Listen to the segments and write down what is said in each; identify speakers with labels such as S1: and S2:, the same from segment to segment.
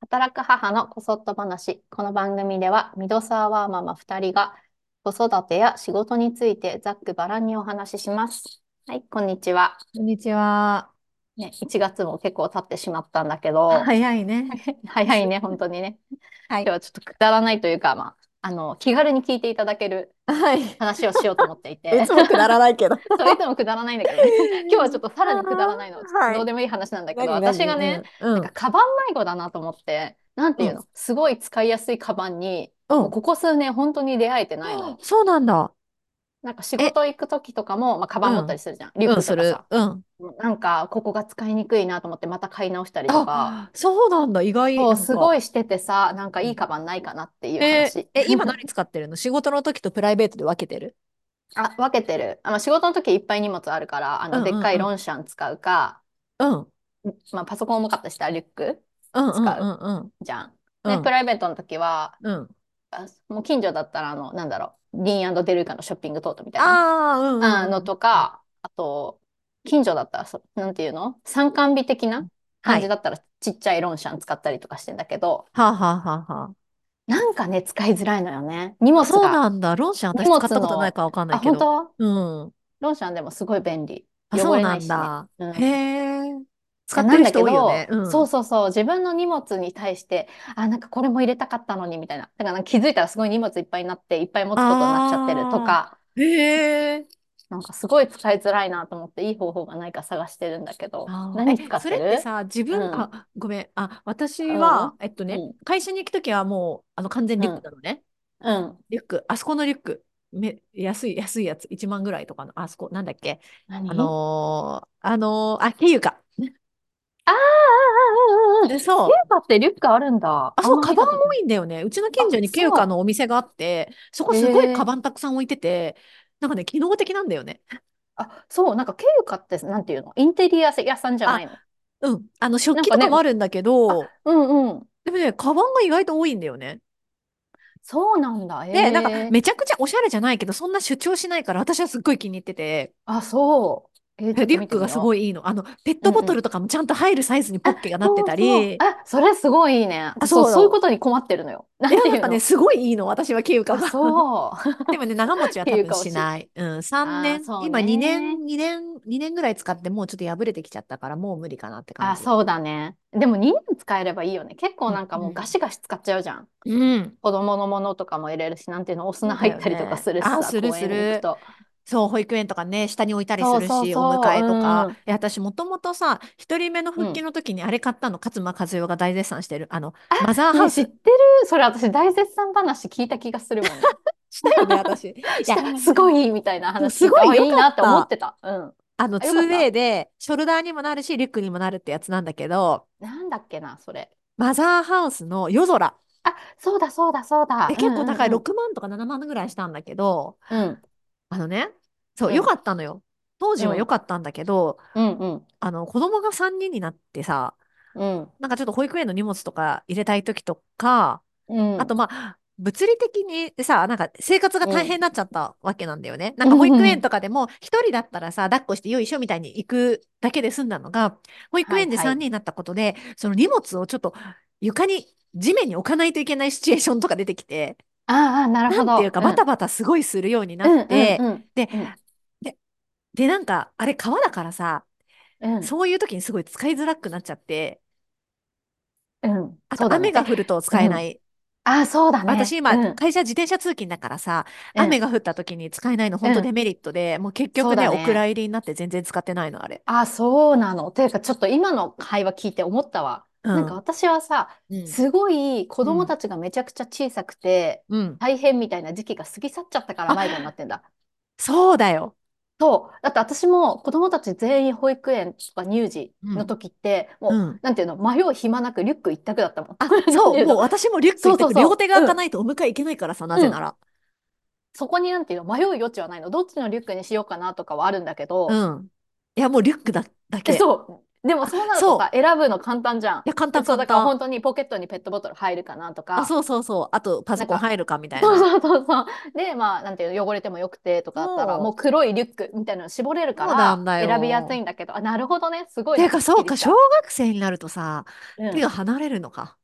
S1: 働く母のこそっと話。この番組では、ミドサーワーママ2人が子育てや仕事についてざっくばらんにお話しします。はい、こんにちは。
S2: こんにちは。
S1: ね、1月も結構経ってしまったんだけど、
S2: 早いね。
S1: 早いね、本当にね。
S2: は
S1: 今日
S2: い。
S1: はちょっとくだらないというか、まあ、あの、気軽に聞いていただける
S2: はい。
S1: 話をしようと思ってい
S2: い
S1: て、
S2: つもくだらないけど。
S1: そういつもくだらないんだけどね、 今日はちょっとさらにくだらないの、ちょっと
S2: は
S1: どう
S2: い。
S1: でもいい話なんだけど、
S2: 何
S1: 私が
S2: 何う
S1: ね、
S2: ん。う
S1: なんか
S2: ん。
S1: カバン迷子だなと思って、なんて
S2: う。
S1: いうんの、すごい使いやすいカバンに、
S2: う。
S1: もうんここ数年本当に出会えてない
S2: あ
S1: の。
S2: そうなんだ。
S1: なんか仕
S2: え、
S1: 事行く時とかも、まあ、カバン
S2: う
S1: 持ったり
S2: ん。
S1: するじゃん。リュッ
S2: うん、
S1: ク
S2: す
S1: とか
S2: る。
S1: さ。
S2: うん。
S1: なんか、ここが使いにくいなと思って、また買い直したりとか。
S2: あ、そうなんだ。意外、
S1: そう、
S2: なん
S1: すご
S2: か。
S1: いしててさ、なんか
S2: う
S1: いい
S2: ん
S1: カバンないかなっていう
S2: え
S1: 話。
S2: ー、え、今何使ってるの 仕事の時とプライベートで分けてる
S1: あ、分けてる。あの、仕事の時いっぱい荷物あるから、あ
S2: う
S1: の、
S2: ん
S1: でっ
S2: うん
S1: かい
S2: う
S1: ロ
S2: ん。
S1: ンシャン使うか、
S2: うん。
S1: まあ、パソコン重かったりしたらリュック
S2: うんうん
S1: 使
S2: う
S1: うん
S2: うん。
S1: じゃん。
S2: う
S1: で、プ
S2: ん。
S1: ライベートの時は、
S2: うん。
S1: あもう近所だったら、あの、なんだろう、ディーンデルーカのショッピングトートみたいな
S2: ああ、うんう
S1: あ
S2: んう
S1: の
S2: ん
S1: と
S2: うん。
S1: か、あと、近所だったらそ、なんていうの参観日的な
S2: は
S1: 感じ
S2: い。
S1: だったら、ちっちゃいロンシャン使ったりとかしてんだけど、
S2: はあはあはあはあ。
S1: なんかね、使いづらいのよね。荷物
S2: そう
S1: が。
S2: なんだ。ロンシャン
S1: 荷
S2: 私使っ
S1: 物
S2: たことない
S1: の、
S2: からわかんな
S1: あ、
S2: いけ
S1: 本
S2: ど。
S1: 当
S2: うん。
S1: ロンシャンでもすごい便利。
S2: あ、
S1: 汚
S2: そう
S1: れな
S2: ないん
S1: しね。
S2: だ。
S1: う
S2: へ
S1: ん。
S2: え。使
S1: え、
S2: って
S1: なん
S2: る
S1: だ
S2: 人
S1: け
S2: 多いよね。
S1: ど、
S2: う。
S1: そうんそうそう、自分の荷物に対して、あ、なんかこれも入れたかったのに、みたいな。だからなんか気づいたらすごい荷物いっぱいになって、いっぱい持つことになっちゃってると
S2: あ
S1: か、
S2: あ、へえ。
S1: なんかすごい使いづらいなと思って、いい方法がないか探してるんだけど、
S2: ああ、
S1: 何
S2: え、
S1: 使っ
S2: そ
S1: て
S2: れって
S1: る
S2: さ、自
S1: う
S2: 分、
S1: ん。
S2: あ、ごめん、あ、私
S1: うん。
S2: は、えっと
S1: う
S2: ね、
S1: ん。
S2: 会社に行くときはもう、あの、完全
S1: う
S2: リュック
S1: ん。
S2: なのね。
S1: うん。
S2: リュック、あそこのリュック、め、安い、安いやつ、1万ぐらいとかの、あそこ、なんだっけ、あ
S1: 何
S2: のーあのーあ、ケユカ。
S1: あーあー、あーあー、
S2: で
S1: ケ
S2: そ
S1: ーパってリュックあるんだ。
S2: う、あ
S1: あん
S2: そう、
S1: ま
S2: カ
S1: 見
S2: バン
S1: た
S2: も
S1: ことない。
S2: 多いんだよね。うちの近
S1: あ、
S2: 所にケユ
S1: そ
S2: カ
S1: う。
S2: のお店があって、そこすごい
S1: へ
S2: カ
S1: え。
S2: バンたくさん置いてて、なんかね、機能的なんだよね。
S1: あ、そう、なんかケーカって、なんていうのインテリア屋さんじゃない
S2: あ、
S1: の
S2: うん。あの、食
S1: なん
S2: 器
S1: か
S2: とか
S1: ね、
S2: もあるんだけ
S1: あ、
S2: ど、
S1: うんうん。
S2: でもね、カバンが意外と多いんだよね。
S1: そうなんだ。
S2: で、なんか、
S1: へえ。
S2: めちゃくちゃおしゃれじゃないけど、そんな主張しないから、私はすっごい気に入ってて、
S1: あ、そう。えーちょっと
S2: リュッ
S1: 見て
S2: ク
S1: み
S2: がすご
S1: よ
S2: いいいの。あの、ペッ
S1: う。う
S2: ト
S1: ん
S2: ボ
S1: う
S2: トル
S1: ん。
S2: とかもちゃんと入るサイズにポッケがなって
S1: そう
S2: た
S1: そう。
S2: り、
S1: あ、それすごいいいね。
S2: あ、
S1: 私そ、
S2: そうう
S1: そういうこ
S2: そ
S1: とに困ってるのよ。
S2: う。い
S1: なん
S2: や、
S1: て
S2: ないん
S1: う
S2: かね、
S1: の
S2: すごいいいの、私は、ケウカ
S1: あ、
S2: が。
S1: そう。
S2: でもね、長持ち
S1: っ
S2: は
S1: て
S2: 多
S1: いう
S2: 分
S1: か推
S2: し
S1: し。
S2: ない。うん、3
S1: ああ、
S2: 年、
S1: そう
S2: 今
S1: ね。
S2: 2年、2年、2年ぐらい使って、もうちょっと破れてきちゃったから、もう無理かなって感
S1: あ、
S2: じ。
S1: そうだね。でも2年使えればいいよね。結構
S2: う
S1: なん
S2: ん、
S1: か
S2: う
S1: もうガ
S2: ん。
S1: シガシ使っちゃうじゃん。
S2: うん。
S1: 子供のものとかも入れるし、なんていうの、お
S2: そ
S1: 砂
S2: うだ
S1: 入っ
S2: よ
S1: たりとか
S2: ね。
S1: するし
S2: あ、
S1: さ、
S2: する
S1: 公
S2: す
S1: 園に行く
S2: る。
S1: と。
S2: そう、保育園とかね、下に置いたりす
S1: そう
S2: る
S1: そう
S2: し、お迎えとか。
S1: そう。
S2: いや、私もともとさ、一人目の
S1: うん。
S2: 復
S1: う
S2: 帰
S1: ん。
S2: の時にあれ買ったの、勝間和代が大絶賛してる。あの、
S1: あ、
S2: マザーハ
S1: ね、
S2: ウ
S1: 知っ
S2: ス。
S1: てる。それ私大絶賛話聞いた気がす るもん。
S2: したよね、私。い
S1: し
S2: や、
S1: た、すごいいいみたいな話聞
S2: そうす
S1: い
S2: ご
S1: て、あ、
S2: い良
S1: いい
S2: か
S1: な
S2: っ。
S1: って思ったてた。うん。
S2: あの、
S1: あ、よかっ
S2: 2way
S1: た。
S2: で、ショルダーにもなるし、リュックにもなるってやつなんだけど、
S1: なんだっけな、それ。
S2: マザーハウスの夜空。
S1: あ、そうだ、そうだ、そうだ。
S2: え、
S1: う
S2: 結構
S1: ん
S2: 高い、
S1: うん
S2: 6万とか7万ぐらいしたんだけど、
S1: うん。
S2: あのね、そう、
S1: う
S2: 良
S1: ん、
S2: かったのよ。当
S1: う
S2: 時は良
S1: ん、
S2: かったんだけど、
S1: うん、うん、
S2: あの、子供が3人になってさ、
S1: うん、
S2: なんかちょっと保育園の荷物とか入れたい時とか、
S1: う
S2: あ
S1: ん、
S2: とまあ、物理的にさ、なんか生活が
S1: う
S2: 大変に
S1: ん、
S2: なっちゃったわけなんだよね。なん
S1: う
S2: か保育園
S1: ん。
S2: とかでも一人だったらさ、抱っこしてよいしょみたいに行くだけで済んだのが、保育
S1: はい
S2: 園で
S1: は
S2: 3
S1: い。
S2: 人になったことで、その荷物をちょっと床に、地面に置かないといけないシチュエーションとか出てきて、
S1: ああ、なる
S2: な
S1: ほ
S2: んていう
S1: ど。
S2: か
S1: う
S2: バタ
S1: ん、
S2: バタすごいするようにな
S1: う
S2: っ
S1: ん、うん、
S2: て、
S1: うん、
S2: で、
S1: うん、
S2: で、でなんか、あれ川だからさ、
S1: うん、
S2: そういう時にすごい使いづらくなっちゃって、
S1: うん
S2: あ
S1: そうだ
S2: と
S1: ね。
S2: 雨が
S1: え、
S2: 降ると使え
S1: う。
S2: なんい。
S1: ああ、そうだ
S2: 私
S1: ね。
S2: 今、
S1: うん、
S2: 会社自転車通勤だからさ、
S1: う
S2: 雨
S1: ん、
S2: が降った時に使えないの
S1: う
S2: 本当デ
S1: ん。
S2: メリットで、もう結
S1: そう
S2: 局ね、
S1: だ
S2: お蔵
S1: ね。
S2: 入りになって全然使ってないの、あれ。
S1: あ、そうなの。ていうか、ちょっと今の会話聞いて思ったわ。
S2: う
S1: なんか
S2: ん、
S1: 私はさ、
S2: うん、
S1: すごい子
S2: う
S1: 供
S2: ん、
S1: たちがめちゃくちゃ小さくて、
S2: うん。
S1: 大変みたいな時期が過ぎ去っちゃったから迷子になっ
S2: あ、
S1: てんだ。
S2: そうだよ。
S1: そう。だって私も子供たち全員保育園とか乳児
S2: う
S1: の
S2: ん、
S1: 時って、
S2: う
S1: もう、
S2: ん。
S1: なんていうの、迷う暇なくリュック一択だったもん。
S2: あ、
S1: なん
S2: そう、
S1: ていう
S2: もう
S1: の。
S2: 私もリュック
S1: そ
S2: 一
S1: うそう
S2: 択、両
S1: そ
S2: 手が
S1: う。
S2: 開
S1: う
S2: か
S1: ん。
S2: ないとお迎え行けないからさ、なぜ
S1: う。
S2: なんら。
S1: そこになんていうの、迷う余地はないの。どっちのリュックにしようかなとかはあるんだけ
S2: う
S1: ど、
S2: ん。いや、もうリュックだ、だ
S1: え
S2: け。
S1: そう。でもそうなる
S2: そう
S1: とさ、選ぶの簡単じゃん。
S2: や、簡単、
S1: そう、
S2: 簡
S1: だから
S2: 単。
S1: 本当にポケットにペットボトル入るかなと
S2: あ、
S1: か。
S2: そうそうそう。あと、パソコン
S1: なんか
S2: 入るかみたい
S1: そう
S2: な。
S1: そうそうそう。で、まあ、なんていうの、汚れてもよくてとかだったら、も
S2: そう
S1: 黒いリュックみたいなの絞れる
S2: う。
S1: か
S2: そうなんだ
S1: ら、選びやすい
S2: よ。
S1: んだけど、あ、なるほどね。すごい
S2: て
S1: ね。
S2: か、
S1: すっ
S2: そ
S1: き
S2: う
S1: り
S2: か、
S1: し
S2: 小
S1: た。
S2: 学生になるとさ、
S1: う
S2: 手
S1: ん。
S2: が離れるのか。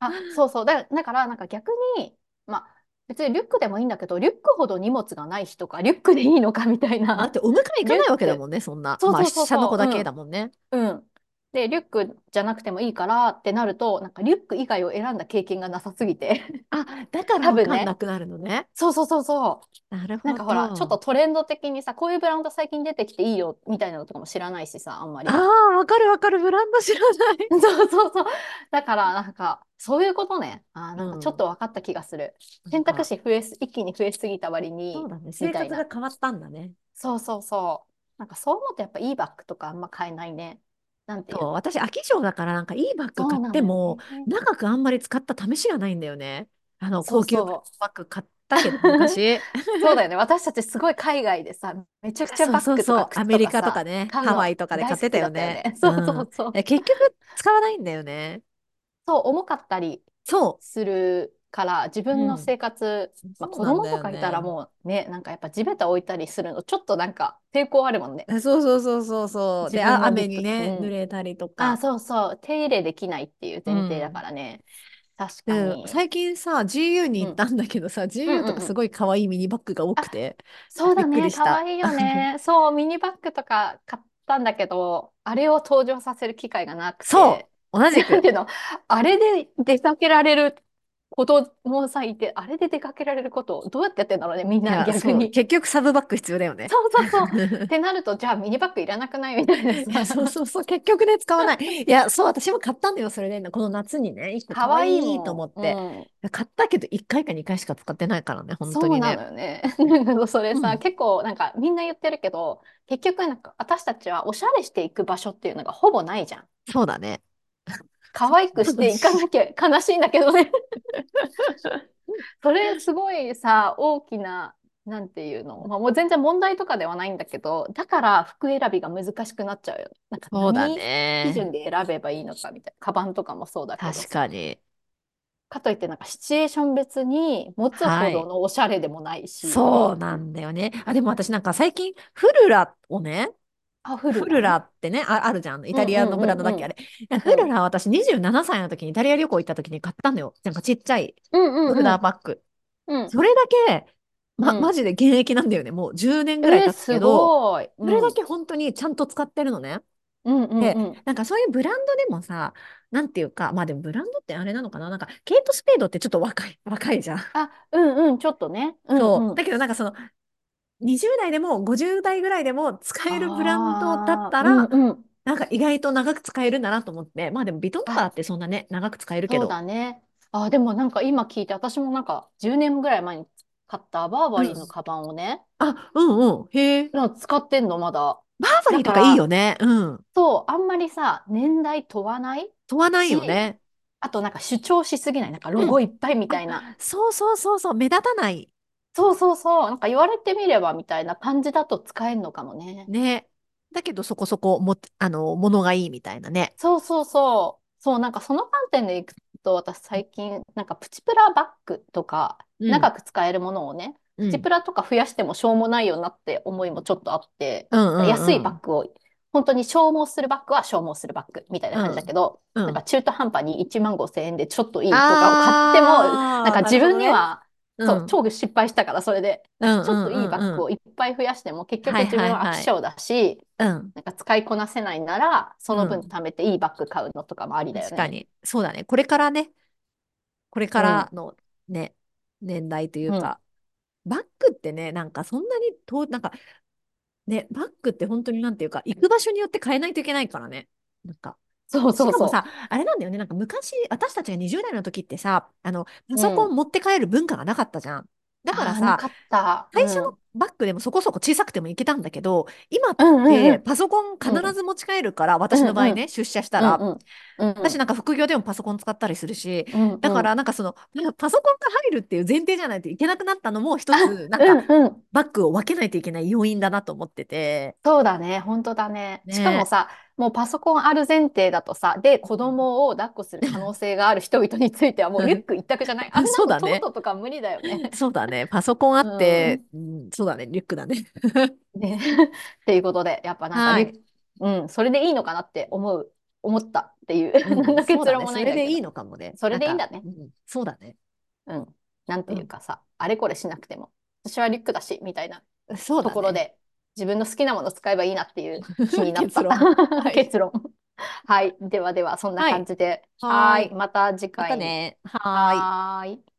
S1: あ、そうそう。だ、だから、なんか逆に、まあ、別にリュックでもいいんだけど、リュックほど荷物がない日とか、リュックでいいのかみたい
S2: だっ
S1: な。
S2: て、お迎え行か
S1: リュ
S2: な
S1: ッ
S2: いわけだ
S1: ク。
S2: もんね、そんな。
S1: そう
S2: まあ、
S1: そうそう
S2: 下の
S1: そ
S2: 子
S1: う。
S2: だ
S1: う
S2: け
S1: ん。
S2: だもんね。
S1: うん。で、リュックじゃなくてもいいからってなると、なんかリュック以外を選んだ経験がなさすぎ て。
S2: あ、だから
S1: 多
S2: わ
S1: 分
S2: かん
S1: ね。
S2: なくなるのね。
S1: そうそうそうそう。
S2: なる
S1: なんか
S2: ほ
S1: ほら、ちょっと
S2: ど。
S1: トレンド的にさ、こういうブランド最近出てきていいよみたいなのとかも知らないしさ、あんま
S2: あ
S1: り。
S2: あ、わかるわかる。ブランド知らない。
S1: そうそうそう。だからなんか、そういうことね。あー、
S2: う
S1: なんかちょっ
S2: ん。
S1: と分かった気がする。
S2: なん
S1: 選択
S2: か、
S1: 肢増えす、一気に増えすぎた割
S2: そう
S1: に、
S2: だね。
S1: み
S2: 生
S1: たい
S2: 活が
S1: な。
S2: 変わったんだね。
S1: そうそうそう。なんかそう思うとやっぱいいバッグとかあんま買えないね。なんていう
S2: そう、
S1: の。
S2: 私、飽き性だから、なんかいいバッグ
S1: そ
S2: 買
S1: う
S2: っ
S1: なん
S2: て
S1: だよ
S2: も、
S1: ね。
S2: 長くあんまり使った試しがないんだよね。あの、
S1: そう
S2: 高級ブラン
S1: そう。
S2: ドバッグ買ったけど、 昔。
S1: そうだよね。私たちすごい海外でさ、めちゃくちゃ
S2: そう
S1: バッ
S2: そう
S1: グと
S2: そ
S1: か
S2: う、ア
S1: 靴
S2: メ
S1: と
S2: リ
S1: か
S2: カとか
S1: さ、
S2: ね、
S1: 買う
S2: ハワイ
S1: の
S2: とかで
S1: 大
S2: 買っ
S1: 好
S2: てた
S1: きだ
S2: よ
S1: ったよ
S2: ね。
S1: ね。
S2: う
S1: そうそ
S2: ん。
S1: うそう。
S2: え結局、使わないんだよね。
S1: そう、重かったり
S2: そ
S1: するから、自
S2: う。
S1: 分
S2: う
S1: の
S2: ん。
S1: 生活、まあ
S2: そう
S1: 子
S2: なん
S1: 供
S2: だ
S1: と
S2: よ
S1: かいたら
S2: ね。
S1: もうね、なんかやっぱ地べた置いたりするの、ちょっとなんか抵抗あるもんね。
S2: えそうそうそうそうそう。
S1: 自
S2: で、
S1: 分
S2: あ、
S1: の身
S2: 雨に
S1: と、う
S2: ね、濡
S1: ん。
S2: れたりと
S1: あ、
S2: か。
S1: そうそう。手入れできないっていう
S2: う
S1: 前提だか
S2: ん。
S1: らね。確か
S2: で、
S1: に。
S2: 最近さ、GU に
S1: う
S2: 行っ
S1: ん。
S2: たんだけどさ、
S1: うん
S2: GU
S1: う
S2: と
S1: んう
S2: かす
S1: ん。
S2: ごい可愛いミニバッグが多
S1: あ、
S2: くて、
S1: そう
S2: び
S1: だ
S2: っく
S1: ね。
S2: りし
S1: かわ
S2: た。
S1: いいよね。 そう、ミニバッグとか買ったんだけど、あれを登場させる機会がなく
S2: そ
S1: て、
S2: う、同じ
S1: なん
S2: く。
S1: ていうの、あれで出かけられる子供さんいて、あれで出かけられることをどうやってやってんだろうね、みん
S2: い
S1: な
S2: や、
S1: 逆
S2: そう、
S1: に。
S2: 結局サブバッグ必要だよね。
S1: そうそうそう。 ってなると、じゃあミニバッグいらなくないみたいない
S2: や、 そう
S1: さ。
S2: そうそう、結局ね、使わない。いや、そう、私も買ったんだよ、それで、この夏にね、一個
S1: か
S2: 可
S1: わいい
S2: 愛いと
S1: も
S2: 思っ
S1: ん。
S2: て。
S1: うん。
S2: 買ったけど、一回か二回しか使ってないからね、本当
S1: そう
S2: に
S1: な
S2: ね。
S1: のよね。 なんかそれ
S2: う
S1: さ、
S2: ん。
S1: 結構なんかみんな言ってるけど、結局なんか私たちはおしゃれしていく場所っていうのがほぼないじゃん。
S2: そうだね。
S1: 可愛くしていかなきゃ悲しいんだけど ねそれすごいさ、大きな、なんていうの、まあ、もう全然問題とかではないんだけど、だから服選びが難しくなっちゃうよね。なんか
S2: そうだ
S1: 何基準
S2: ね。
S1: で選べばいいのかみたいな。カバンとかもそうだけど
S2: 確
S1: さ。
S2: かに。
S1: かといってなんかシチュエーション別に持つ
S2: は
S1: ほど
S2: い。
S1: のおしゃれでもないし。
S2: そうなんだよね。あ、でも私なんか最近、フルラをね、
S1: あ、フル
S2: フ
S1: ラ
S2: ルラ
S1: ね。
S2: ってね、あ、あるじゃん。イ
S1: うん
S2: タ
S1: う
S2: リア
S1: ん
S2: のブランド
S1: う
S2: だっけ、あ
S1: ん
S2: れ。フ
S1: うん。う
S2: ル
S1: ん。
S2: ラは私27歳の時にイタリア旅行行った時に買ったのよ。なんかちっちゃい
S1: うん
S2: フ
S1: う
S2: ル
S1: んう
S2: ラー
S1: ん。
S2: バッグ。
S1: うん
S2: それだけ、
S1: う
S2: ま、マ
S1: ん。
S2: ジで現役なんだよね。もう10年ぐらい
S1: えー、
S2: 経つ
S1: す
S2: けど、
S1: ごい。う
S2: それだ
S1: ん。
S2: け本当にちゃんと使ってるのね。
S1: うんうん
S2: で、
S1: うん。
S2: なんかそういうブランドでもさ、なんていうか、まあでもブランドってあれなのかななんか、ケイト・スペードってちょっと若い、若いじゃん。
S1: あ、うんうん、ちょっとね。うん
S2: そう。
S1: う
S2: だ
S1: ん。
S2: けどなんかその、20代でも50代ぐらいでも使えるブランドだっ
S1: ああ、
S2: た
S1: うん
S2: ら、
S1: うん。
S2: なんか意外と長く使えるんだなと思って、まあでもヴィトンとかだ
S1: あ、
S2: ってそんなね、長く使えるけ
S1: そう
S2: ど。
S1: だね。あ、でもなんか今聞いて、私もなんか10年ぐらい前に買ったバー
S2: う
S1: バリーの
S2: ん。
S1: カバンをね、
S2: あ、うんうん。へえ。
S1: の使ってんの、まだ。
S2: バーバリ
S1: だ
S2: ーと
S1: か
S2: かい
S1: ら、
S2: いよね。うん。
S1: そう、あんまりさ、年代問わない
S2: 問わないよ
S1: し、
S2: ね。
S1: あとなんか主張しすぎない、なんかロ
S2: うん。
S1: ゴいっぱいみたいな。
S2: あ、そうそうそうそう、目立たない。
S1: そうそうそう、なんか言われてみればみたいな感じだと使えるのかもね。
S2: ね。だけどそこそこも、あの、ものがいいみたいなね。
S1: そうそうそう。そう、なんかその観点でいくと、私最近、なんかプチプラバッグとか、
S2: うん、
S1: 長く使えるものをね、
S2: う
S1: プチ
S2: ん、
S1: プラとか増やしてもしょうもないよなって思いもちょっとあって、
S2: うん、う
S1: 安い
S2: ん、う
S1: バ
S2: ん、
S1: ッグを、本当に消耗するバッグは消耗するバッグみたいな
S2: う
S1: 感じだ
S2: ん、
S1: けど、
S2: う
S1: なんか
S2: ん。
S1: 中途半端に1万5千円でちょっといいとかを買っても、なん
S2: あー、
S1: か
S2: なる
S1: 自
S2: ほ
S1: 分
S2: ど
S1: に
S2: ね。
S1: は、
S2: う
S1: そう、
S2: ん、うん、
S1: 超失敗したからそれで、
S2: うん、
S1: ちょっといいうバッ
S2: ん、
S1: グ
S2: うん。
S1: をいっぱい増やしても結局
S2: はい、
S1: 自
S2: は
S1: 分
S2: い、
S1: は飽き
S2: はい。
S1: 性だし、
S2: うん、
S1: なんか使いこなせないなら、そうの分
S2: ん。
S1: 貯めていいバッグ買うのとかもありだよ
S2: 確か
S1: ね。
S2: に。そうだね。これからね、これ
S1: う
S2: から
S1: ん、、
S2: のね、年代といううんか、バッグってね、なんかそんなにと、なんかね、バッグって本当になんていうか、行く場所によって変えないといけないからね。なんか。
S1: そう
S2: し
S1: そう
S2: かも
S1: そ
S2: さ、あれなんだよね、なんか昔、私たちが20代の時ってさ、あの、パ
S1: う。
S2: ソ
S1: う
S2: コン
S1: ん。
S2: 持って帰る文化がなかったじゃん。だから
S1: ああ、な
S2: さ、
S1: かった。
S2: 最初
S1: う
S2: の
S1: ん。
S2: バッグでもそこそこ小さくてもいけたんだけど、今っ
S1: うんうんうん
S2: てパソコン必ず持ち帰るから、私の場合
S1: うんう
S2: ね、出社したら、
S1: うんうん
S2: 私なんか副業でもパソコン使ったりするし、
S1: うんうん
S2: だからなんかその、パソコンが入るっていう前提じゃないといけなくなったのも一つ、なんか
S1: うんうん
S2: バッグを分けないといけない要因だなと思ってて、
S1: そうだね本当だね
S2: ね
S1: しかもさもうパソコンある前提だとさで子供を抱っこする可能性がある人々についてはもうリュック一択じゃないあんな
S2: そうだ
S1: のト
S2: ね
S1: ートとか無理だよ ね。
S2: そうだね、パソコンあって、うんそうだね、リュックだね。
S1: ねっていうことでやっぱなんか
S2: は
S1: リ
S2: い
S1: ュック、うんそれでいいのかなって思う思ったっていう
S2: う
S1: 何
S2: ん
S1: の結
S2: そうだ
S1: 論
S2: ね
S1: も
S2: そ
S1: ないん
S2: れ
S1: だけ
S2: で
S1: ど
S2: いいのかもね。
S1: それでいいんだ
S2: な
S1: ね
S2: かうんそうだね。
S1: うん、なんていうかさ、あれこれしなくても私はリュックだしみたいな
S2: そうだ
S1: ところ
S2: ね。
S1: で自分の好きなものを使えばいいなっていう気になった
S2: 結論はい
S1: 結論はいではではそんな感じで
S2: はいはーい
S1: ーまた次
S2: ま
S1: 回
S2: たね。はーい。
S1: はーい